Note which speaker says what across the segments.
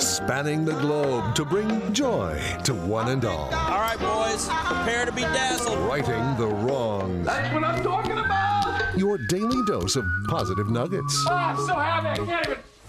Speaker 1: Spanning the globe to bring joy to one and all.
Speaker 2: All right, boys, prepare to be dazzled.
Speaker 1: Righting the wrongs.
Speaker 3: That's what I'm talking about.
Speaker 1: Your daily dose of positive nuggets.
Speaker 3: Oh, I'm so happy. I can't even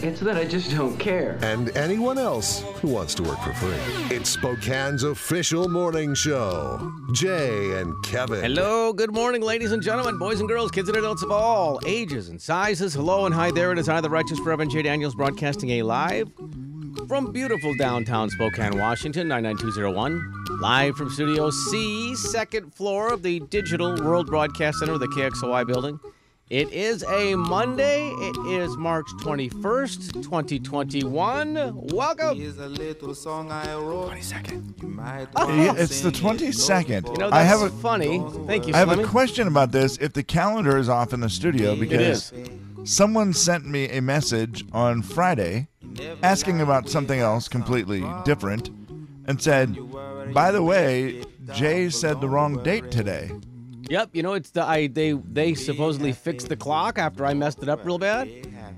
Speaker 4: It's that I just don't care.
Speaker 1: and anyone else who wants to work for free. It's Spokane's official morning show. Jay and Kevin.
Speaker 2: Hello, good morning, ladies and gentlemen, boys and girls, kids and adults of all ages and sizes. Hello and hi there. It is I, the Righteous Reverend J. Daniels, broadcasting a live from beautiful downtown Spokane, Washington, 99201. Live from Studio C, second floor of the Digital World Broadcast Center, the KXOY building. It is a Monday. It is March 21st, 2021. Welcome.
Speaker 5: Here's a little song I wrote.
Speaker 2: 22nd.
Speaker 5: You might
Speaker 6: Yeah,
Speaker 5: wanna
Speaker 6: It's the
Speaker 5: sing it, no
Speaker 6: 22nd.
Speaker 5: fault.
Speaker 2: You know,
Speaker 6: I
Speaker 2: Oh, that's
Speaker 6: have a
Speaker 2: funny. Thank you,
Speaker 6: I have a
Speaker 2: Slimmy.
Speaker 6: question about this. If the calendar is off in the studio,
Speaker 2: It is.
Speaker 6: because someone sent me a message on Friday asking about something else completely different and said, by the way, Jay said the wrong date today.
Speaker 2: Yep, you know it's the I they they supposedly fixed the clock after I messed it up real bad,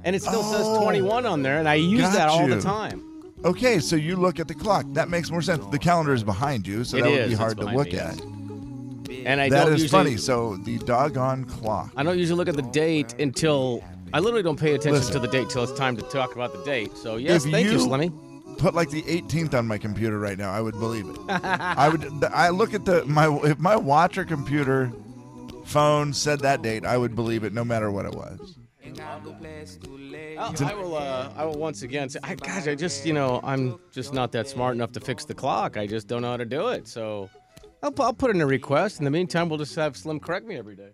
Speaker 2: and it still says
Speaker 6: Oh.
Speaker 2: 21 on there, and I use
Speaker 6: Got
Speaker 2: that all the
Speaker 6: you.
Speaker 2: time.
Speaker 6: Okay, so you look at the clock. That makes more sense. The calendar is behind you, so
Speaker 2: It
Speaker 6: that
Speaker 2: is.
Speaker 6: would be
Speaker 2: It's
Speaker 6: hard to
Speaker 2: behind
Speaker 6: look
Speaker 2: me.
Speaker 6: at.
Speaker 2: And I
Speaker 6: That
Speaker 2: don't
Speaker 6: is
Speaker 2: usually,
Speaker 6: funny. So the doggone clock.
Speaker 2: I don't usually look at the date until I literally don't pay attention
Speaker 6: Listen.
Speaker 2: to the date till it's time to talk about the date. So yes,
Speaker 6: If
Speaker 2: thank you,
Speaker 6: you-
Speaker 2: Slimmy.
Speaker 6: Put like the 18th on my computer right now. I would believe it. I would. th- I look at the my if my watch or computer, phone said that date. I would believe it no matter what it was.
Speaker 2: Oh, I will. Uh, I will once again. Say, I, gosh, I just you know I'm just not that smart enough to fix the clock. I just don't know how to do it. So I'll, I'll put in a request. In the meantime, we'll just have Slim correct me every day.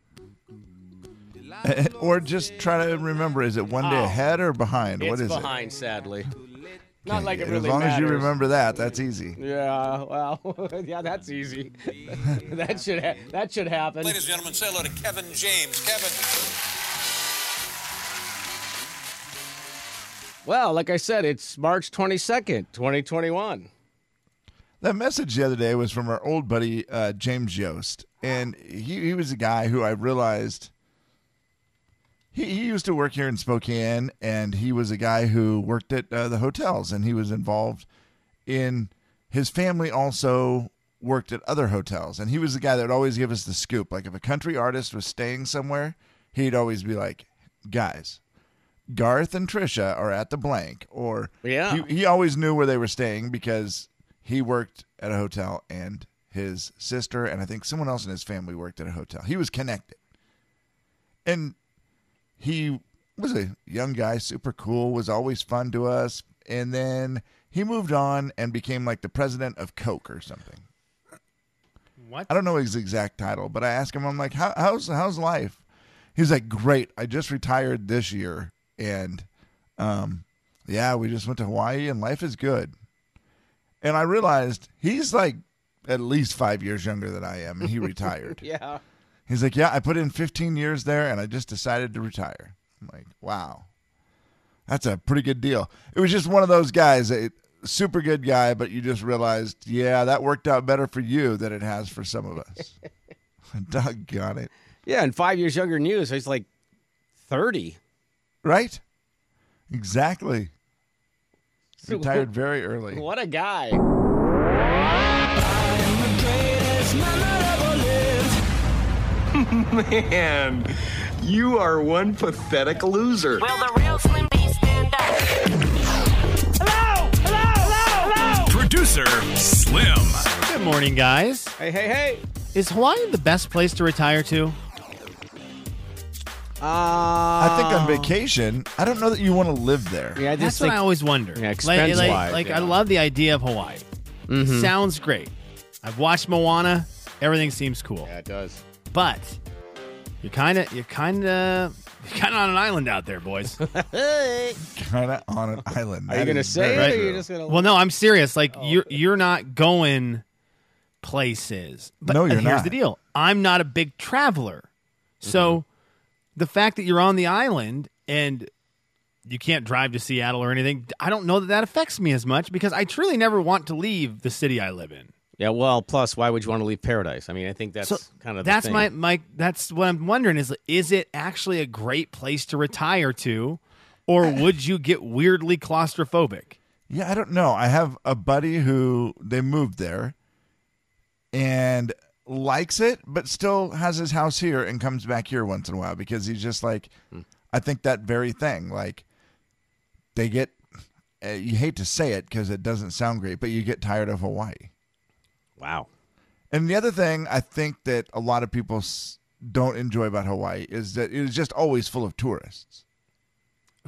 Speaker 6: or just try to remember: is it one day
Speaker 2: Oh.
Speaker 6: ahead or behind? what
Speaker 2: it's
Speaker 6: is
Speaker 2: behind, sadly. Not like
Speaker 6: it?
Speaker 2: it really
Speaker 6: as long as you
Speaker 2: matters.
Speaker 6: remember that, that's easy.
Speaker 2: Yeah, well, yeah, that's easy. that should ha- that should happen.
Speaker 7: Ladies and gentlemen, say hello to Kevin James. Kevin.
Speaker 2: Well, like I said, it's March 22nd, 2021.
Speaker 6: That message the other day was from our old buddy uh, James Yost, and he, he was a guy who I realized he, he used to work here in Spokane, and he was a guy who worked at uh, the hotels, and he was involved in his family also worked at other hotels, and he was the guy that would always give us the scoop. Like if a country artist was staying somewhere, he'd always be like, "Guys, Garth and Trisha are at the blank," or
Speaker 2: Yeah.
Speaker 6: he, he always knew where they were staying because he worked at a hotel and his sister and I think someone else in his family worked at a hotel. He was connected. And he was a young guy, super cool, was always fun to us. And then he moved on and became like the president of Coke or something.
Speaker 8: What?
Speaker 6: I don't know his exact title, but I asked him, I'm like, How, how's how's life? He's like, great. I just retired this year, and um, yeah, we just went to Hawaii, and life is good. And I realized he's like at least five years younger than I am, and he retired.
Speaker 2: Yeah.
Speaker 6: He's like, yeah, I put in 15 years there, and I just decided to retire. I'm like, wow, that's a pretty good deal. It was just one of those guys, a super good guy, but you just realized, yeah, that worked out better for you than it has for some of us. Doggone it.
Speaker 2: Yeah, and five years younger than you, so he's like 30.
Speaker 6: Right? Exactly.
Speaker 2: So
Speaker 6: Retired very early.
Speaker 2: What a guy.
Speaker 8: Man, you are one pathetic
Speaker 9: Will
Speaker 8: loser.
Speaker 9: the real Slim B stand up?
Speaker 8: Producer Slim. Good morning, guys.
Speaker 2: Hey, hey, hey.
Speaker 8: Is Hawaii the best place to retire to?
Speaker 2: Uh,
Speaker 6: I
Speaker 2: I
Speaker 6: think on vacation, I don't know that you want to live there.
Speaker 2: Yeah, I
Speaker 8: That's
Speaker 2: just
Speaker 8: what
Speaker 2: think.
Speaker 8: I always wonder.
Speaker 2: Yeah,
Speaker 8: like, like,
Speaker 2: expense-wise,
Speaker 8: like,
Speaker 2: yeah.
Speaker 8: I love the idea of Hawaii. Sounds great. I've watched Moana. Everything seems cool.
Speaker 2: yeah, it does.
Speaker 8: But you're kind of, you're kind of, you're kind of on an island out there, boys.
Speaker 6: Kind of on an island.
Speaker 2: Are you
Speaker 6: That
Speaker 2: going to
Speaker 6: is
Speaker 2: say
Speaker 6: very
Speaker 2: it or
Speaker 6: true.
Speaker 2: you're just Oh, going to.
Speaker 8: well, no, I'm serious. Like you're, you're not going places. But
Speaker 6: No, you're
Speaker 8: here's
Speaker 6: not. Mm-hmm.
Speaker 8: the deal. I'm not a big traveler, so the fact that you're on the island and you can't drive to Seattle or anything, I don't know that that affects me as much because I truly never want to leave the city I live in.
Speaker 2: Yeah, well, plus, why would you want to leave paradise? I mean, I think that's
Speaker 8: So
Speaker 2: kind of the
Speaker 8: that's
Speaker 2: thing.
Speaker 8: my my that's what I'm wondering is is it actually a great place to retire to, or would you get weirdly claustrophobic?
Speaker 6: Yeah, I don't know. I have a buddy who they moved there and likes it, but still has his house here and comes back here once in a while because he's just like, I think that very thing. Like, they get, uh, you hate to say it because it doesn't sound great, but you get tired of Hawaii.
Speaker 2: Wow.
Speaker 6: And the other thing I think that a lot of people s- don't enjoy about Hawaii is that it is just always full of tourists.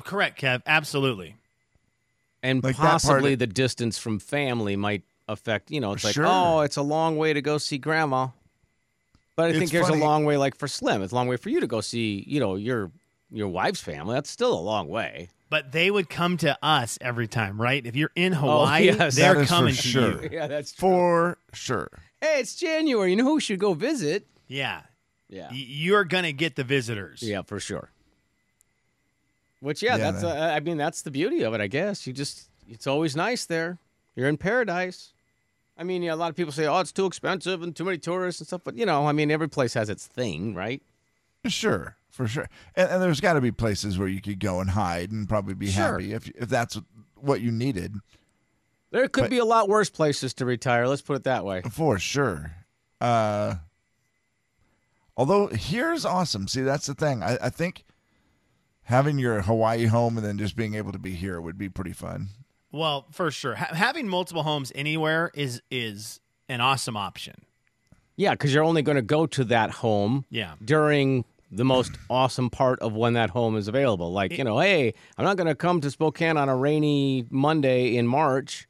Speaker 8: Correct, Kev. Absolutely.
Speaker 2: And
Speaker 6: Like that part
Speaker 2: possibly
Speaker 6: of-
Speaker 2: the distance from family might affect, you know, it's like,
Speaker 6: Sure.
Speaker 2: oh, it's a long way to go see grandma. But I
Speaker 6: It's
Speaker 2: think there's
Speaker 6: funny.
Speaker 2: a long way, like for Slim, it's a long way for you to go see, you know, your your wife's family. That's still a long way.
Speaker 8: But they would come to us every time, right? If you're in Hawaii,
Speaker 2: Oh, yes.
Speaker 6: That
Speaker 8: they're
Speaker 6: is for
Speaker 8: coming to
Speaker 6: sure.
Speaker 8: you.
Speaker 2: Yeah, that's
Speaker 6: For sure.
Speaker 2: Hey, it's January. You know who should go visit?
Speaker 8: Yeah.
Speaker 2: Yeah.
Speaker 8: Y- You're gonna get the visitors.
Speaker 2: Yeah, for sure. Which yeah,
Speaker 6: Yeah,
Speaker 2: that's
Speaker 6: that-
Speaker 2: uh, I mean that's the beauty of it, I guess. You just it's always nice there. You're in paradise. I mean, yeah, a lot of people say, "Oh, it's too expensive and too many tourists and stuff," but you know, I mean, every place has its thing, right?
Speaker 6: Sure, for sure. And, and there's got to be places where you could go and hide and probably be
Speaker 2: Sure.
Speaker 6: happy if if that's what you needed.
Speaker 2: There could
Speaker 6: But-
Speaker 2: be a lot worse places to retire. Let's put it that way.
Speaker 6: For sure. Uh, although here's awesome. See, that's the thing. I, I think having your Hawaii home and then just being able to be here would be pretty fun.
Speaker 8: Well, for sure, ha- having multiple homes anywhere is is an awesome option.
Speaker 2: Yeah, because you're only going to go to that home
Speaker 8: Yeah.
Speaker 2: during the most awesome part of when that home is available. Like, you know, hey, I'm not going to come to Spokane on a rainy Monday in March.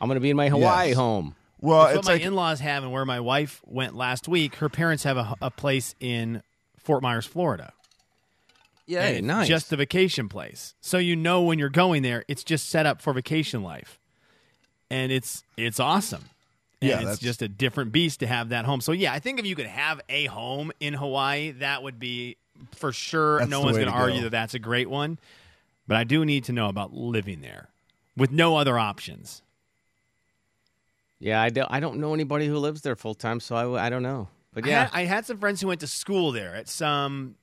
Speaker 2: I'm going to be in my Hawaii
Speaker 6: Yes.
Speaker 2: home.
Speaker 6: Well,
Speaker 8: That's what
Speaker 6: it's
Speaker 8: my
Speaker 6: like
Speaker 8: in-laws have, and where my wife went last week. Her parents have a, a place in Fort Myers, Florida.
Speaker 2: Yeah,
Speaker 8: And it's Just the vacation place, so you know when you're going there, it's just set up for vacation life, and it's it's awesome. And
Speaker 6: Yeah,
Speaker 8: it's
Speaker 6: that's-
Speaker 8: just a different beast to have that home. So yeah, I think if you could have a home in Hawaii, that would be for sure.
Speaker 6: That's
Speaker 8: no
Speaker 6: the
Speaker 8: one's
Speaker 6: way
Speaker 8: going to
Speaker 6: to go.
Speaker 8: argue that that's a great one, but I do need to know about living there with no other options.
Speaker 2: yeah, I, do, I don't know anybody who lives there full time, so I, w- I don't know. But yeah,
Speaker 8: I had, I had some friends who went to school there at some.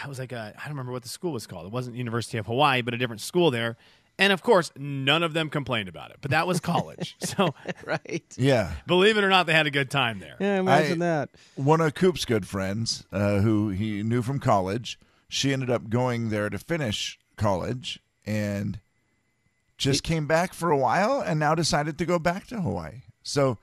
Speaker 8: I was like, uh, I I don't remember what the school was called. It wasn't University of Hawaii, but a different school there. And of course, none of them complained about it. But that was college, so
Speaker 2: right.
Speaker 6: yeah.
Speaker 8: believe it or not, they had a good time there.
Speaker 2: Yeah, imagine that.
Speaker 6: one of Coop's good friends, uh, who he knew from college, she ended up going there to finish college and just came back for a while and now decided to go back to Hawaii. So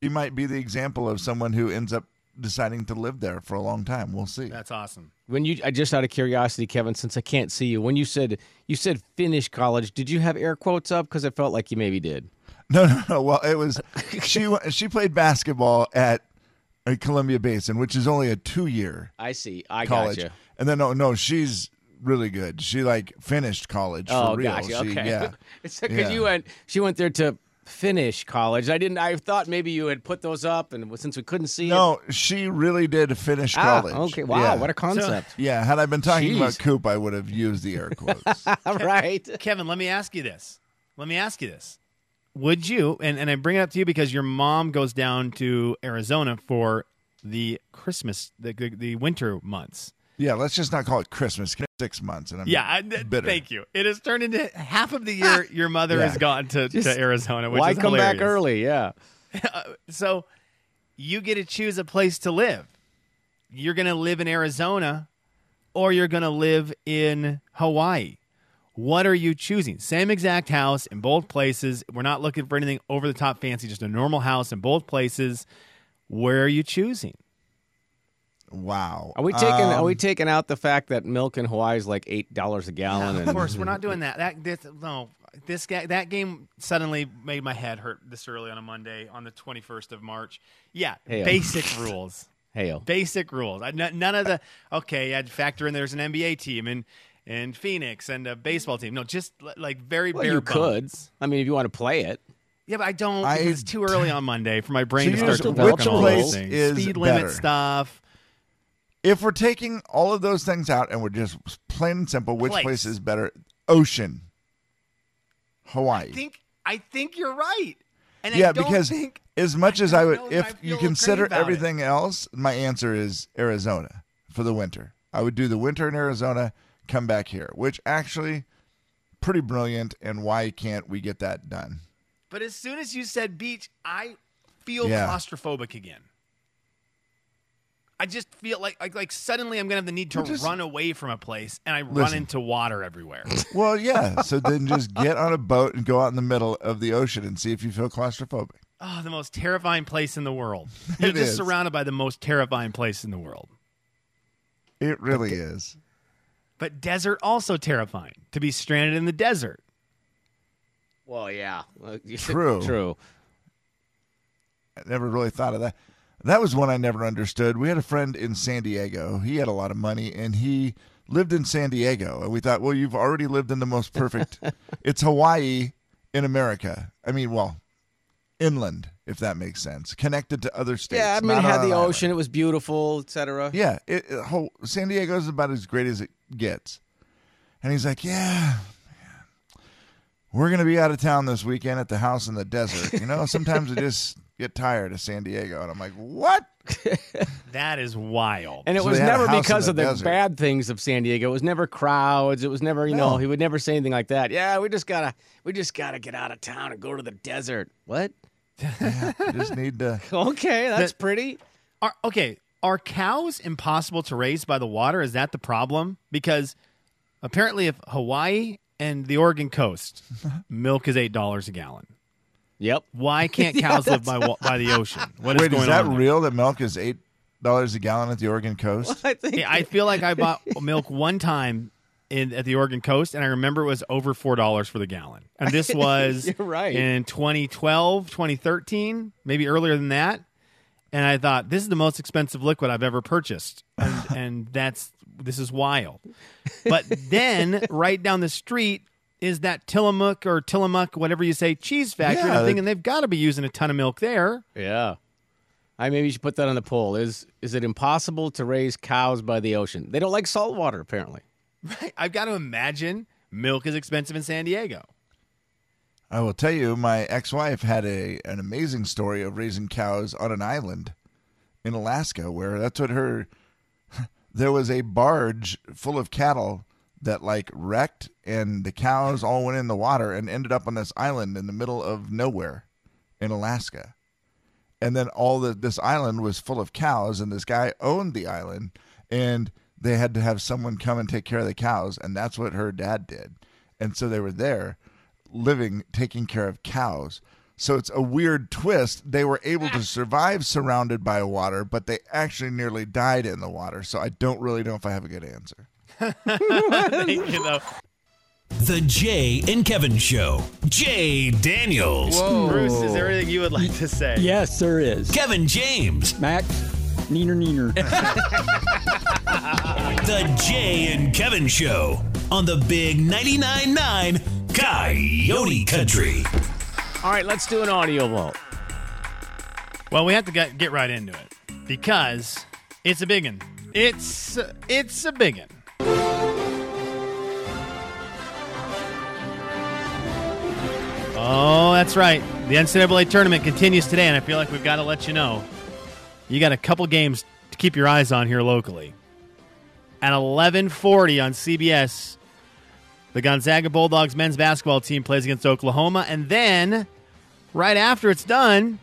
Speaker 6: he might be the example of someone who ends up deciding to live there for a long time. We'll see.
Speaker 8: That's awesome.
Speaker 2: When you, I just out of curiosity, Kevin, since I can't see you, when you said you said finish college, did you have air quotes up? Because it felt like you maybe did.
Speaker 6: No, no, no. Well, it was she she played basketball at uh, Columbia Basin, which is only a 2-year
Speaker 2: I see. I
Speaker 6: college.
Speaker 2: gotcha.
Speaker 6: And then no, no, she's really good. She like finished college
Speaker 2: Oh,
Speaker 6: for real.
Speaker 2: gotcha.
Speaker 6: She-
Speaker 2: okay.
Speaker 6: Yeah.
Speaker 2: it's because
Speaker 6: Yeah.
Speaker 2: you went. She went there to finish college. I didn't. I thought maybe you had put those up, and since we couldn't see it,
Speaker 6: No, she really did finish
Speaker 2: Ah,
Speaker 6: college.
Speaker 2: okay. Wow.
Speaker 6: Yeah.
Speaker 2: What a concept.
Speaker 6: yeah, had I been talking
Speaker 2: Jeez.
Speaker 6: about Coop, I would have used the air quotes.
Speaker 2: All right.
Speaker 8: Kevin, let me ask you this. Let me ask you this. Would you, and, and I bring it up to you because your mom goes down to Arizona for the Christmas, the, the, the winter months.
Speaker 6: yeah, let's just not call it Christmas. 'cause it's Six months, and I'm
Speaker 8: Yeah, I, th-
Speaker 6: bitter.
Speaker 8: thank you. It has turned into half of the year your mother
Speaker 6: Yeah.
Speaker 8: has gone to,
Speaker 2: Just-
Speaker 8: to Arizona, which
Speaker 2: Why
Speaker 8: is
Speaker 2: come back
Speaker 8: hilarious.
Speaker 2: early? Yeah.
Speaker 8: So you get to choose a place to live. You're going to live in Arizona or you're going to live in Hawaii. What are you choosing? Same exact house in both places. We're not looking for anything over the top fancy, just a normal house in both places. Where are you choosing?
Speaker 6: Wow.
Speaker 2: Are we taking? are
Speaker 6: Um,
Speaker 2: we taking out the fact that milk in Hawaii is like eight dollars a gallon?
Speaker 8: of
Speaker 2: and-
Speaker 8: course, we're not doing that. That this, no, this guy, that game suddenly made my head hurt this early on a Monday on the 21st of March. Yeah,
Speaker 2: Hey-o.
Speaker 8: basic rules.
Speaker 2: Hail.
Speaker 8: Basic rules. I, n- none of the okay. I'd factor in there's an NBA team and and Phoenix and a baseball team. No, just li- like very
Speaker 2: Well,
Speaker 8: bare
Speaker 2: you could.
Speaker 8: bones.
Speaker 2: I mean, if you want to play it.
Speaker 8: Yeah, but I don't.
Speaker 6: I-
Speaker 8: because it's too early on Monday for my
Speaker 6: So
Speaker 8: brain
Speaker 6: you
Speaker 8: to start
Speaker 6: just-
Speaker 8: to work
Speaker 2: which
Speaker 8: on all those
Speaker 2: place
Speaker 8: things.
Speaker 6: is
Speaker 8: Speed
Speaker 6: better?
Speaker 8: limit stuff.
Speaker 6: If we're taking all of those things out and we're just plain and simple, which place,
Speaker 8: Place.
Speaker 6: is better? Ocean, Hawaii.
Speaker 8: I think I think you're right. And
Speaker 6: yeah,
Speaker 8: I don't
Speaker 6: because
Speaker 8: think
Speaker 6: as much as
Speaker 8: don't
Speaker 6: I would,
Speaker 8: know
Speaker 6: if
Speaker 8: I
Speaker 6: you
Speaker 8: feel
Speaker 6: consider
Speaker 8: great about it.
Speaker 6: everything else, my answer is Arizona for the winter. I would do the winter in Arizona, come back here, which actually pretty brilliant. And why can't we get that done?
Speaker 8: But as soon as you said beach, I feel
Speaker 6: Yeah.
Speaker 8: claustrophobic again. I just feel like like like suddenly I'm gonna have the need to
Speaker 6: Well, just-
Speaker 8: run away from a place, and I run
Speaker 6: Listen.
Speaker 8: into water everywhere.
Speaker 6: Well, yeah. so then just get on a boat and go out in the middle of the ocean and see if you feel claustrophobic.
Speaker 8: oh, the most terrifying place in the world.
Speaker 6: It
Speaker 8: You're just
Speaker 6: is.
Speaker 8: surrounded by the most terrifying place in the world.
Speaker 6: It really is.
Speaker 8: But desert also terrifying. To be stranded in the desert.
Speaker 2: Well, yeah.
Speaker 6: True.
Speaker 2: True.
Speaker 6: I never really thought of that. That was one I never understood. We had a friend in San Diego. He had a lot of money and he lived in San Diego. And we thought, well, you've already lived in the most perfect. it's Hawaii in America. I mean, well, inland, if that makes sense, connected to other states.
Speaker 2: Yeah, I mean, it
Speaker 6: not
Speaker 2: had
Speaker 6: on
Speaker 2: the
Speaker 6: an island.
Speaker 2: ocean. It was beautiful, etc.
Speaker 6: Yeah, it, it, whole, San Diego's about as great as it gets. And he's like, "Yeah, man, we're gonna be out of town this weekend at the house in the desert. You know, sometimes I just get tired of San Diego." And I'm like, "What?
Speaker 8: That is wild.
Speaker 2: And it
Speaker 6: So
Speaker 2: was
Speaker 6: they had a
Speaker 2: never
Speaker 6: house in
Speaker 2: because
Speaker 6: the
Speaker 2: of the
Speaker 6: desert.
Speaker 2: bad things of San Diego. It was never crowds. It was never, you know,
Speaker 6: No.
Speaker 2: he would never say anything like that. Yeah, we just gotta, we just gotta get out of town and go to the desert. What?
Speaker 6: I just need to."
Speaker 2: Okay, that's pretty.
Speaker 8: Are, okay, are cows impossible to raise by the water? Is that the problem? Because apparently, if Hawaii and the Oregon coast, milk is eight dollars a gallon.
Speaker 2: Yep.
Speaker 8: Why can't cows live by wa- by the ocean? What is
Speaker 6: Wait,
Speaker 8: going
Speaker 6: is that
Speaker 8: on? there?
Speaker 6: real? That milk is eight dollars a gallon at the Oregon coast?
Speaker 2: I think.
Speaker 8: Yeah, I feel like I bought milk one time in at the Oregon coast, and I remember it was over four dollars for the gallon. And this was
Speaker 2: You're right.
Speaker 8: in 2012, 2013, maybe earlier than that. And I thought this is the most expensive liquid I've ever purchased, and, and that's this is wild. But then right down the street. Is that Tillamook or Tillamook, whatever you say, cheese factory? And
Speaker 6: Yeah,
Speaker 8: I'm
Speaker 6: that-
Speaker 8: thinking they've got to be using a ton of milk there.
Speaker 2: Yeah. I maybe you should put that on the poll. Is is it impossible to raise cows by the ocean? They don't like salt water, apparently.
Speaker 8: I've got to imagine milk is expensive in San Diego.
Speaker 6: I will tell you, my ex-wife had a an amazing story of raising cows on an island in Alaska, where that's what her. There was a barge full of cattle that like wrecked, and the cows all went in the water and ended up on this island in the middle of nowhere, in Alaska. And then all the this island was full of cows, and this guy owned the island, and they had to have someone come and take care of the cows, and that's what her dad did. And so they were there, living, taking care of cows. So it's a weird twist. They were able to survive surrounded by water, but they actually nearly died in the water. So I don't really know if I have a good answer.
Speaker 8: Thank you, though.
Speaker 10: The Jay and Kevin Show. Jay Daniels.
Speaker 8: Bruce, is there anything you would like to say?
Speaker 11: Yes, there is.
Speaker 10: Kevin James.
Speaker 11: Max, neener, neener.
Speaker 10: The Jay and Kevin Show on the Big 99.9 9 Coyote Country.
Speaker 2: All right, let's do an audio vote.
Speaker 8: Well, we have to get, get right into it because it's a biggin. It's it's a biggin. Oh, that's right. The NCAA tournament continues today, and I feel like we've got to let you know. You got a couple games to keep your eyes on here locally. At 11:40 on CBS, the Gonzaga Bulldogs men's basketball team plays against Oklahoma, and then right after it's done,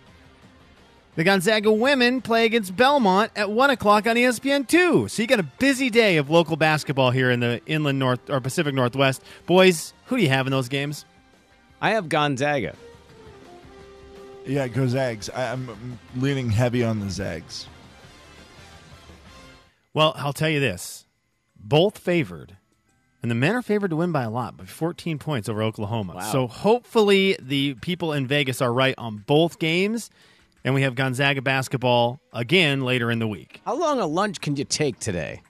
Speaker 8: the Gonzaga women play against Belmont at one o'clock on E ESPN two. So you got a busy day of local basketball here in the inland north or Pacific Northwest. Boys, who do you have in those games?
Speaker 2: I have Gonzaga.
Speaker 6: Yeah, go Zags. I, I'm leaning heavy on the Zags.
Speaker 8: Well, I'll tell you this: both favored, and the men are favored to win by a lot, by 14 points over Oklahoma. So hopefully, the people in Vegas are right on both games, and we have Gonzaga basketball again later in the week.
Speaker 2: How long a lunch can you take today?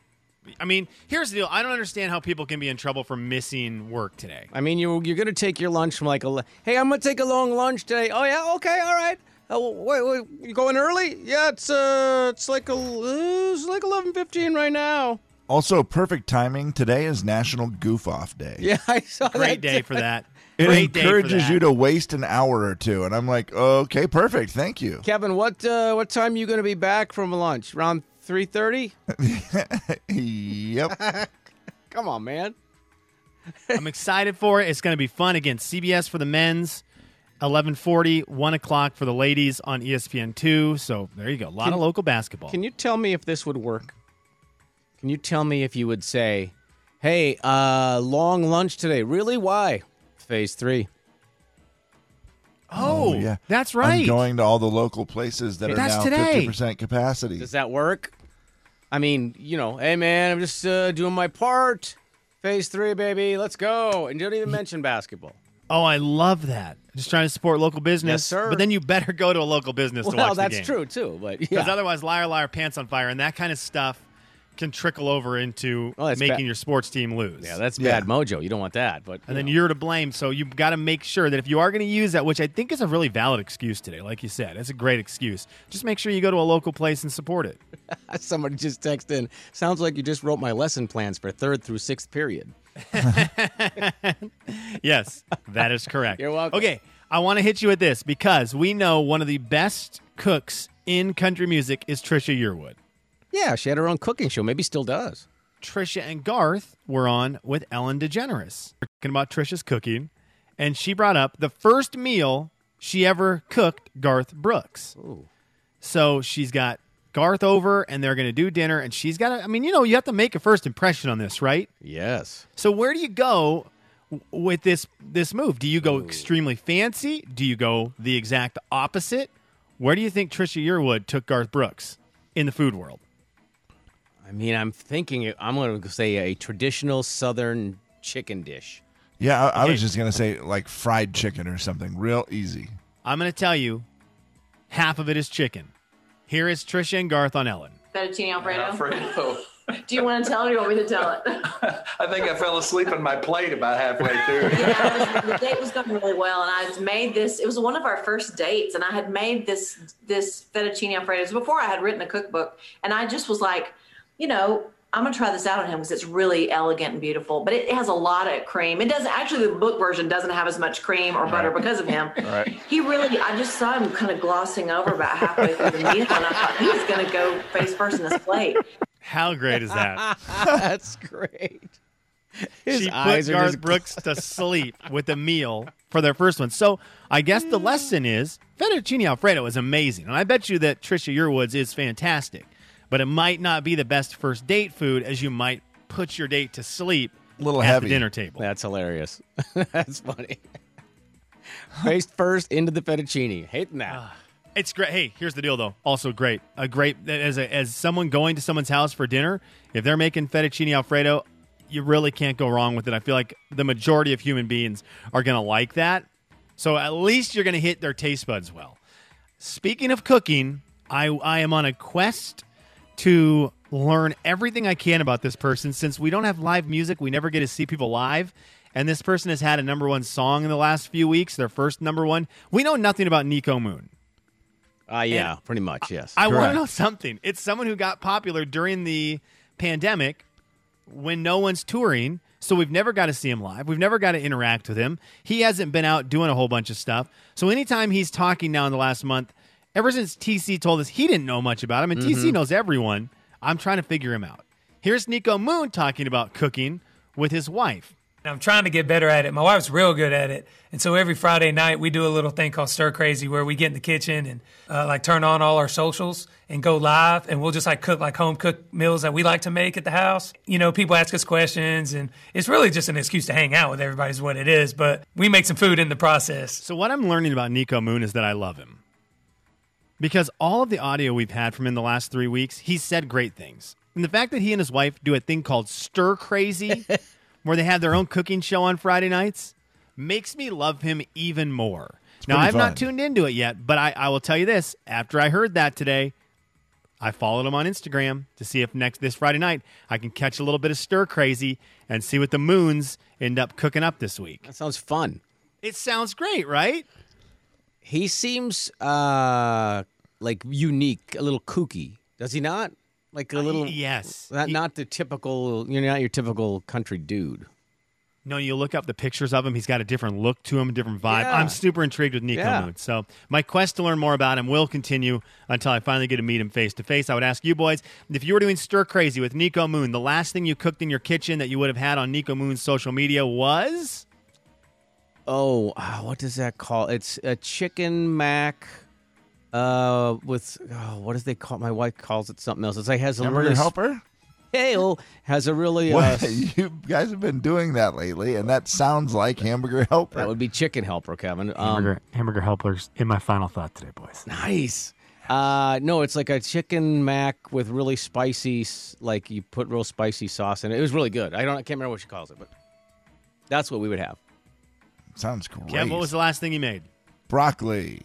Speaker 8: I mean, here's the deal: I don't understand how people can be in trouble for missing work today.
Speaker 2: I mean, you you're gonna take your lunch from like a. Hey, I'm gonna take a long lunch today. Oh yeah, okay, all right. Oh, wait, wait, you going early? Yeah, it's uh, it's like a, it's like eleven fifteen right now.
Speaker 6: Also, perfect timing. Today is National Goof Off Day.
Speaker 2: Yeah, I saw that.
Speaker 8: Great day for that.
Speaker 6: It
Speaker 8: Great day for
Speaker 6: encourages
Speaker 8: that.
Speaker 6: you to waste an hour or two, and I'm like, okay, perfect, thank you.
Speaker 2: Kevin, what uh, what time you going to be back from lunch? Around three thirty?
Speaker 6: yep.
Speaker 8: Oh,
Speaker 2: Come on, man.
Speaker 8: I'm excited for it. It's going to be fun again. CBS for the men's, 11:40, one o'clock for the ladies on E ESPN two. So there you go. A lot
Speaker 2: Can-
Speaker 8: of local basketball.
Speaker 2: Can you tell me if this would work? Can you tell me if you would say, "Hey, uh, long lunch today. Really? Why?" Phase three.
Speaker 8: oh, yeah, that's right.
Speaker 6: I'm going to all the local places that are
Speaker 8: That's
Speaker 6: now
Speaker 8: today.
Speaker 6: 50% capacity.
Speaker 2: Does that work? I mean, you know, hey man, I'm just uh, doing my part. Phase three, baby, let's go. And don't even mention basketball.
Speaker 8: oh, I love that. Just trying to support local business.
Speaker 2: Yes, sir.
Speaker 8: But then you better go to a local business to
Speaker 2: Well,
Speaker 8: watch the
Speaker 2: that's
Speaker 8: game.
Speaker 2: true too. But
Speaker 8: Because
Speaker 2: yeah.
Speaker 8: otherwise, liar, liar, pants on fire, and that kind of stuff can trickle over into
Speaker 2: Oh, that's
Speaker 8: making
Speaker 2: bad.
Speaker 8: your sports team lose.
Speaker 2: yeah, that's
Speaker 6: Yeah.
Speaker 2: bad mojo. You don't want that. But
Speaker 8: and then
Speaker 2: you
Speaker 8: you're to blame. So you've got to make sure that if you are going to use that, which I think is a really valid excuse today, like you said, it's a great excuse. Just make sure you go to a local place and support it.
Speaker 2: know, somebody just texted in. Sounds like you just wrote my lesson plans for third through sixth period.
Speaker 8: yes, that is correct.
Speaker 2: You're welcome.
Speaker 8: Okay, I want to hit you with this because we know one of the best cooks in country music is Trisha Yearwood.
Speaker 2: Yeah, she had her own cooking show. Maybe still does.
Speaker 8: Trisha and Garth were on with Ellen DeGeneres. We're talking about Trisha's cooking, and she brought up the first meal she ever cooked Garth Brooks. So she's got Garth over, and they're going to do dinner, and she's got to, I mean, you know, you have to make a first impression on this, right?
Speaker 2: Yes.
Speaker 8: So where do you go w- with this this move? Do you go extremely fancy? Do you go the exact opposite? Where do you think Trisha Yearwood took Garth Brooks in the food world?
Speaker 2: I mean, I'm thinking it- I'm going to say a traditional Southern chicken dish.
Speaker 6: yeah, I, I was just going to say like fried chicken or something, real easy.
Speaker 8: I'm going to tell you, half of it is chicken. Here is Trisha and Garth on Ellen.
Speaker 12: Fettuccine Alfredo.
Speaker 13: Alfredo.
Speaker 12: Do you want to tell it or do you want me to tell it?
Speaker 13: I think I fell asleep on my plate about halfway through.
Speaker 12: Yeah, the date was going really well, and I had made this. It was one of our first dates, and I had made this this fettuccine alfredo. It was before I had written a cookbook, and I just was like, you know, I'm gonna try this out on him because it's really elegant and beautiful. But it, it has a lot of cream. It doesn't actually. The book version doesn't have as much cream or butter because of him. He really. I just saw him kind of glossing over about halfway through the meal, and I thought he was gonna go face first in this plate.
Speaker 8: How great is that?
Speaker 2: That's great. His
Speaker 8: she put
Speaker 2: eyes are
Speaker 8: Garth
Speaker 2: just-
Speaker 8: Brooks to sleep with a meal for their first one. So I guess the lesson is fettuccine alfredo is amazing, and I bet you that Trisha Yearwood's is fantastic, but it might not be the best first date food as you might put your date to sleep
Speaker 6: A little
Speaker 8: at
Speaker 6: heavy.
Speaker 8: the dinner table.
Speaker 2: That's hilarious. That's funny. Face first into the fettuccine. Hating that.
Speaker 8: It's great. Hey, here's the deal though. Also great. A great as a, as someone going to someone's house for dinner, if they're making fettuccine alfredo, you really can't go wrong with it. I feel like the majority of human beings are going to like that. So at least you're going to hit their taste buds well. Speaking of cooking, I I am on a quest to learn everything I can about this person since we don't have live music, we never get to see people live. And this person has had a number one song in the last few weeks, their first number one. We know nothing about Nico Moon.
Speaker 2: Ah, yeah, pretty much, yes.
Speaker 8: I want to
Speaker 6: Correct.
Speaker 8: know something. It's someone who got popular during the pandemic when no one's touring. So we've never got to see him live. We've never got to interact with him. He hasn't been out doing a whole bunch of stuff. So anytime he's talking now in the last month, ever since TC told us he didn't know much about him, and TC knows everyone, I'm trying to figure him out. Here's Nico Moon talking about cooking with his wife.
Speaker 14: And I'm trying to get better at it. My wife's real good at it. And so every Friday night, we do a little thing called Stir Crazy where we get in the kitchen and uh, like turn on all our socials and go live. And we'll just like cook like home cooked meals that we like to make at the house. You know, people ask us questions and it's really just an excuse to hang out with everybody, is what it is. But we make some food in the process.
Speaker 8: So what I'm learning about Nico Moon is that I love him. Because all of the audio we've had from him the last three weeks, he's said great things. And the fact that he and his wife do a thing called Stir Crazy, where they have their own cooking show on Friday nights, makes me love him even more. now,
Speaker 6: pretty
Speaker 8: I've not
Speaker 6: fun.
Speaker 8: tuned into it yet, but I, I will tell you this after I heard that today, I followed him on Instagram to see if next this Friday night I can catch a little bit of Stir Crazy and see what the moons end up cooking up this week.
Speaker 2: That sounds fun.
Speaker 8: It sounds great, right?
Speaker 2: He seems uh like unique, a little kooky. Does he not? Like a
Speaker 6: Uh,
Speaker 2: little
Speaker 8: yes.
Speaker 2: Not, not the typical. You're not your typical country dude.
Speaker 8: No, you look up the pictures of him. He's got a different look to him, a different vibe.
Speaker 2: Yeah.
Speaker 8: I'm super intrigued with Nico
Speaker 2: Yeah.
Speaker 8: Moon. So my quest to learn more about him will continue until I finally get to meet him face to face. I would ask you boys if you were doing stir crazy with Nico Moon. The last thing you cooked in your kitchen that you would have had on Nico Moon's social media was
Speaker 2: Oh, ah, what does that call? It's a chicken mac. Uh, with oh, what does they call? My wife calls it something else. It's like has a
Speaker 6: Hamburger
Speaker 2: really
Speaker 6: helper?
Speaker 2: Hale has a really uh,
Speaker 6: What? You guys have been doing that lately, and that sounds like hamburger helper. That
Speaker 2: would be chicken helper, Kevin. Um,
Speaker 15: hamburger, hamburger helpers in my final thought today, boys.
Speaker 2: Nice. Uh, no, it's like a chicken mac with really spicy, s- like you put real spicy sauce in it. It was really good. I don't, I can't remember what she calls it, but that's what we would have.
Speaker 6: Sounds great.
Speaker 8: Kev. What was the last thing you made?
Speaker 6: Broccoli.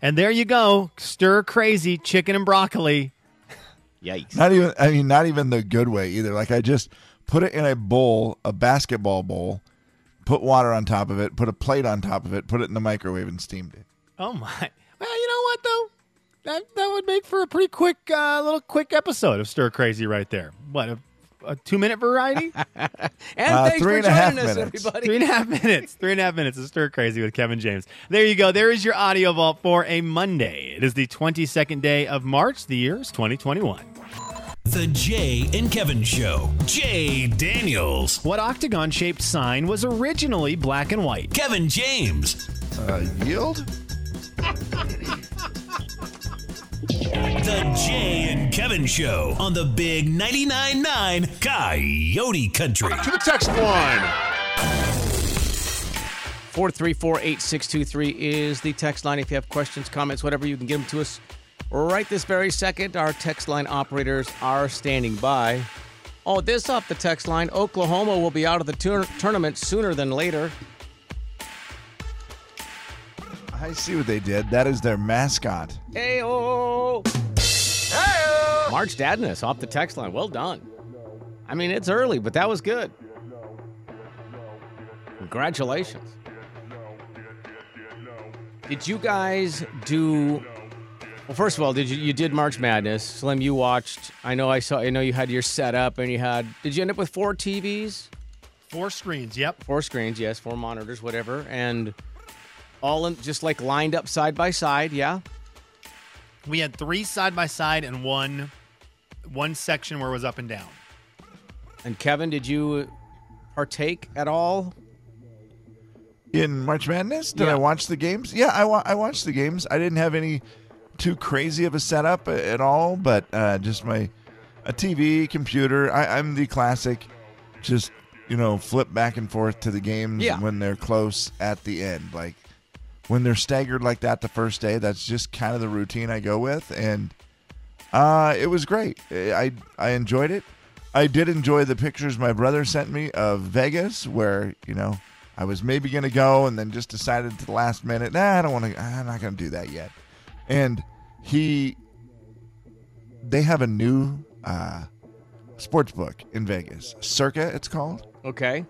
Speaker 8: And there you go, stir crazy chicken and broccoli.
Speaker 2: Yikes!
Speaker 6: Not even. I mean, not even the good way either. Like I just put it in a bowl, a basketball bowl, put water on top of it, put a plate on top of it, put it in the microwave, and steamed it.
Speaker 8: Oh my! Well, you know what though, that that would make for a pretty quick uh, little quick episode of stir crazy right there. What a, a two minute variety.
Speaker 2: And
Speaker 6: Uh, thanks three for and a half joining us, minutes.
Speaker 2: everybody.
Speaker 8: Three and a half minutes. Three and a half minutes of Stir Crazy with Kevin James. There you go. There is your audio vault for a Monday. It is the 22nd day of March. The year is 2021.
Speaker 10: The Jay and Kevin Show. Jay Daniels.
Speaker 8: What octagon shaped sign was originally black and white?
Speaker 10: Kevin James.
Speaker 6: Uh, yield?
Speaker 10: The Jay and Kevin Show on the Big 99.9 9 Coyote Country. To
Speaker 2: the text line. 4348623 is the text line. If you have questions, comments, whatever, you can give them to us right this very second. Our text line operators are standing by. Oh, this off the text line Oklahoma will be out of the tour- tournament sooner than later.
Speaker 6: I see what they did. That is their mascot.
Speaker 2: Hey-o. March Dadness off the text line. Well done. I mean, it's early, but that was good. Congratulations. Did you guys do? Well, first of all, did you you did March Madness? Slim, you watched. I know I saw. I know you had your setup, and you had. Did you end up with four TVs?
Speaker 8: Four screens, yep.
Speaker 2: Four screens, yes. Four monitors, whatever, and all in, just like lined up side by side. Yeah.
Speaker 8: We had three side by side and one one section where it was up and down.
Speaker 2: And Kevin, did you partake at all?
Speaker 6: In March Madness, did
Speaker 2: Yeah.
Speaker 6: I watch the games? Yeah, I, wa- I watched the games. I didn't have any too crazy of a setup a- at all, but uh, just my a TV, computer. I, I'm the classic, just you know, flip back and forth to the games
Speaker 2: Yeah.
Speaker 6: when they're close at the end. Like when they're staggered like that the first day, that's just kind of the routine I go with, and uh, it was great. I I enjoyed it. I did enjoy the pictures my brother sent me of Vegas, where you know I was maybe gonna go, and then just decided to the last minute, nah, I don't want to. I'm not gonna do that yet. And he, they have a new uh, sports book in Vegas, Circa, it's called.
Speaker 2: Okay.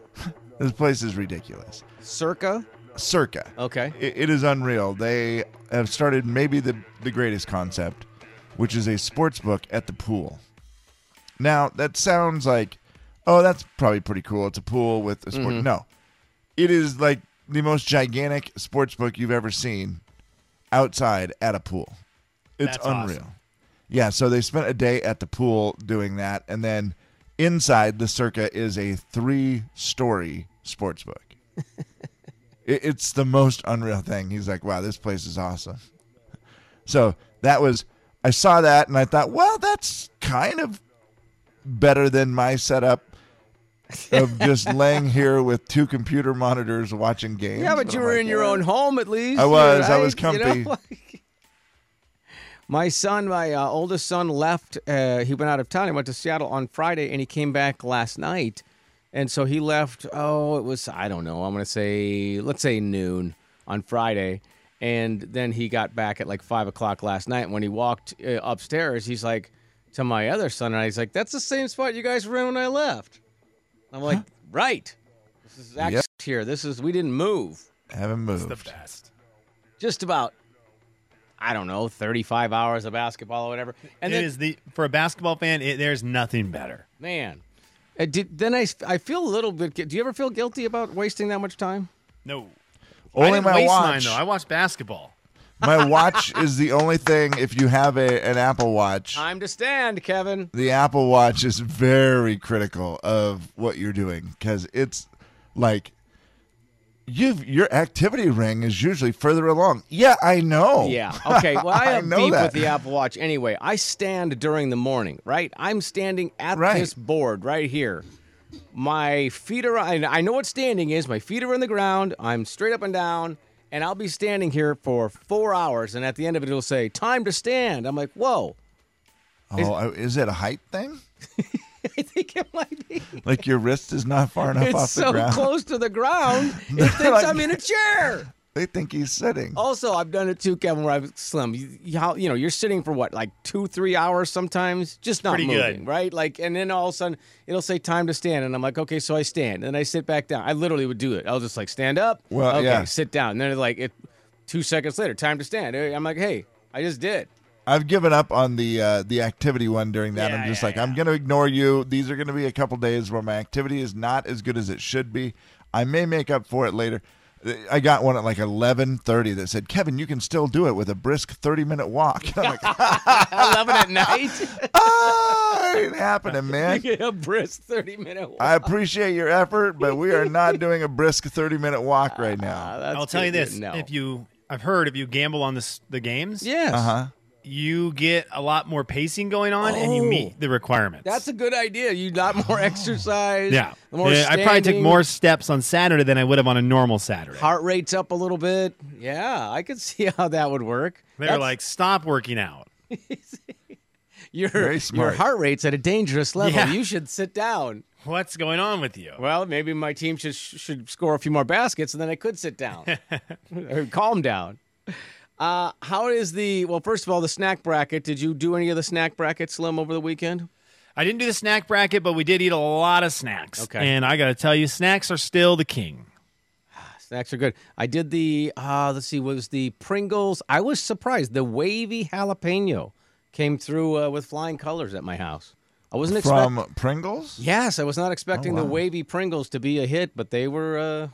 Speaker 6: This place is ridiculous.
Speaker 2: Circa?
Speaker 6: Circa.
Speaker 2: Okay.
Speaker 6: It, it is unreal. They have started maybe the, the greatest concept, which is a sports book at the pool. Now, that sounds like, oh, that's probably pretty cool. It's a pool with a sport.
Speaker 16: Mhm.
Speaker 6: No. It is like the most gigantic sports book you've ever seen outside at a pool. It's
Speaker 16: That's awesome.
Speaker 6: unreal. Yeah, so they spent a day at the pool doing that, and then inside the circa is a three-story sports book. It- it's the most unreal thing. He's like, "Wow, this place is awesome." So that was I saw that, and I thought, "Well, that's kind of better than my setup." of just laying here with two computer monitors watching games.
Speaker 2: Yeah, but you
Speaker 6: I'm
Speaker 2: were
Speaker 6: like,
Speaker 2: in your
Speaker 6: "Yeah."
Speaker 2: own home at least.
Speaker 6: I was. I
Speaker 2: right?
Speaker 6: was
Speaker 2: You know,
Speaker 6: comfy.
Speaker 2: like- my son, my uh, oldest son, left. Uh, he went out of town. He went to Seattle on Friday, and he came back last night. And so he left. Oh, it was I don't know. I'm gonna say let's say noon on Friday, and then he got back at like five o'clock last night. When he walked uh, upstairs, he's like to my other son, and I, he's like, "That's the same spot you guys were in when I left." I'm like, "Right." This is
Speaker 6: Yep.
Speaker 2: axed here. This is we didn't move.
Speaker 6: Haven't moved.
Speaker 8: best.
Speaker 2: Just about I don't know, 35 hours of basketball or whatever. And
Speaker 8: And
Speaker 2: then,
Speaker 8: it is the for a basketball fan. It, there's nothing better.
Speaker 2: man, Uh, did, then I, s- I feel a little bit. gu- Do you ever feel guilty about wasting that much time?
Speaker 8: No.
Speaker 6: Only
Speaker 8: I didn't
Speaker 6: my
Speaker 8: waste mine
Speaker 6: watch.
Speaker 8: though. I watched basketball.
Speaker 6: My watch is the only thing. If you have a an Apple Watch,
Speaker 2: Time to stand, Kevin.
Speaker 6: the Apple Watch is very critical of what you're doing because it's like you've your activity ring is usually further along. Yeah, I know.
Speaker 2: Yeah. Okay. Well, I have
Speaker 6: Oh. know
Speaker 2: beef
Speaker 6: that.
Speaker 2: with the Apple Watch anyway. I stand during the morning, right? I'm standing at
Speaker 6: Right.
Speaker 2: this board right here. My feet are, and I know what standing is. My feet are on the ground. I'm straight up and down, and I'll be standing here for four hours. And at the end of it, it'll say, time to stand. I'm like, whoa.
Speaker 6: Oh, I- is it a height thing?
Speaker 2: I think it might be.
Speaker 6: Like your wrist is not far enough off
Speaker 2: It's
Speaker 6: the
Speaker 2: so
Speaker 6: ground.
Speaker 2: close to the ground, it thinks
Speaker 6: Like-
Speaker 2: I'm in a chair.
Speaker 6: They think he's sitting.
Speaker 2: Also, I've done it too, Kevin, where I've slim. You, you, how, you know, you're sitting for what, like two, three hours sometimes, just not
Speaker 8: Pretty good.
Speaker 2: moving, right? Like, and then all of a sudden it'll say time to stand, and I'm like, okay, so I stand, and I sit back down. I literally would do it. I'll just like stand up,
Speaker 6: Well,
Speaker 2: okay,
Speaker 6: yeah.
Speaker 2: sit down, and then it's like it, two seconds later, time to stand. I'm like, hey, I just did.
Speaker 6: I've given up on the uh, the activity one during that. I'm
Speaker 2: Yeah,
Speaker 6: just
Speaker 2: yeah,
Speaker 6: like, I'm going to ignore you. These are going to be a couple days where my activity is not as good as it should be. I may make up for it later. Uh, I got one at like 11:30 that said, "Kevin, you can still do it with a brisk 30 minute walk." I'm like,
Speaker 2: Eleven at night,
Speaker 6: ah, it ain't happening, man.
Speaker 2: a brisk thirty-minute walk.
Speaker 6: I appreciate your effort, but we are not doing a brisk 30 minute walk right now.
Speaker 2: That's
Speaker 8: I'll tell you
Speaker 2: good
Speaker 8: this:
Speaker 2: to know.
Speaker 8: if you, Uh-huh. I've heard if you gamble on this, the games,
Speaker 2: yes,
Speaker 6: Uh huh.
Speaker 8: you get a lot more pacing going on, and you
Speaker 2: Oh.
Speaker 8: meet the requirements.
Speaker 2: that's a good idea. You got more exercise.
Speaker 8: Oh. yeah,
Speaker 2: more
Speaker 8: Yeah, I probably took
Speaker 2: standing.
Speaker 8: more steps on Saturday than I would have on a normal Saturday.
Speaker 2: heart rate's up a little bit. Yeah, I could see how that would work.
Speaker 8: They're
Speaker 2: That's-
Speaker 8: like, stop working out.
Speaker 2: your
Speaker 6: Very
Speaker 2: your
Speaker 6: smart.
Speaker 2: heart rate's at a dangerous level.
Speaker 8: Yeah.
Speaker 2: You should sit down.
Speaker 8: What's going on with you?
Speaker 2: Well, maybe my team should should score a few more baskets, and then I could sit down or calm down. Uh, how is the well? First of all, the snack bracket. Did you do any of the snack bracket, Slim, over the weekend?
Speaker 8: I didn't do the snack bracket, but we did eat a lot of snacks.
Speaker 2: Okay.
Speaker 8: And I got to tell you, snacks are still the king.
Speaker 2: Snacks are good. I did the uh, let's see, what was the Pringles? I was surprised. The wavy jalapeno came through uh, with flying colors at my house. I wasn't expecting.
Speaker 6: From Pringles?
Speaker 2: Yes, I was not expecting
Speaker 6: wow.
Speaker 2: the wavy Pringles to be a hit, but they were. Uh,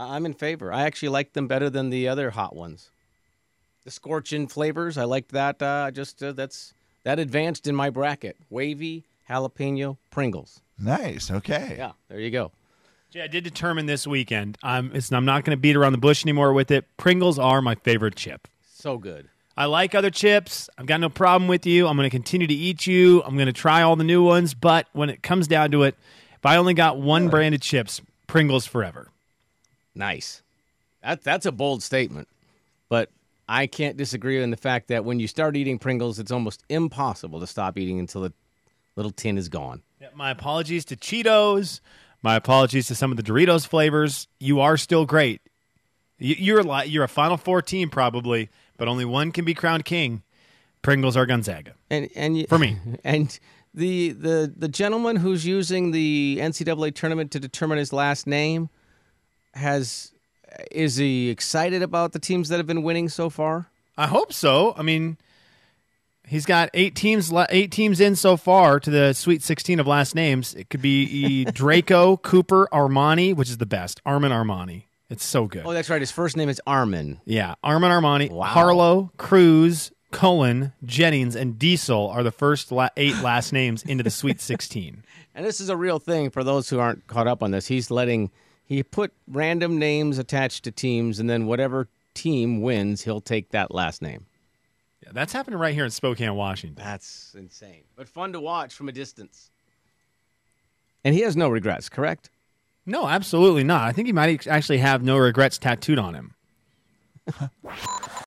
Speaker 2: I- I'm in favor. I actually liked them better than the other hot ones. The scorching flavors, I liked that. Uh, just uh, that's that advanced in my bracket. Wavy jalapeno Pringles.
Speaker 6: Nice. Okay.
Speaker 2: Yeah, there you go.
Speaker 8: Yeah, I did determine this weekend. I'm, it's, I'm not going to beat around the bush anymore with it. Pringles are my favorite chip.
Speaker 2: So good.
Speaker 8: I like other chips. I've got no problem with you. I'm going to continue to eat you. I'm going to try all the new ones. But when it comes down to it, if I only got one brand of chips, Pringles forever.
Speaker 2: Nice. That that's a bold statement, but I can't disagree on the fact that when you start eating Pringles, it's almost impossible to stop eating until the little tin is gone.
Speaker 8: Yeah, My apologies to Cheetos. My apologies to some of the Doritos flavors. You are still great. You- You're a lot, you're a Final Four team probably, but only one can be crowned king. Pringles are Gonzaga.
Speaker 2: And and y-
Speaker 8: For me.
Speaker 2: and the the the gentleman who's using the NCAA tournament to determine his last name has is he excited about the teams that have been winning so far?
Speaker 8: I hope so. I mean, he's got eight teams le- eight teams in so far to the Sweet 16 of last names. It could be e- Draco, Cooper, Armani, which is the best. Armin Armani. It's so good.
Speaker 2: Oh, that's right. His first name is Armin.
Speaker 8: Yeah, Armin Armani,
Speaker 2: Wow.
Speaker 8: Harlow, Cruz, Cohen, Jennings, and Diesel are the first la- eight last names into the Sweet 16.
Speaker 2: And this is a real thing for those who aren't caught up on this. He's letting he put random names attached to teams, and then whatever team wins, he'll take that last name.
Speaker 8: Yeah, that's happening right here in Spokane, Washington.
Speaker 2: That's insane, but fun to watch from a distance. And he has no regrets, correct?
Speaker 8: No, absolutely not. I think he might actually have no regrets tattooed on him.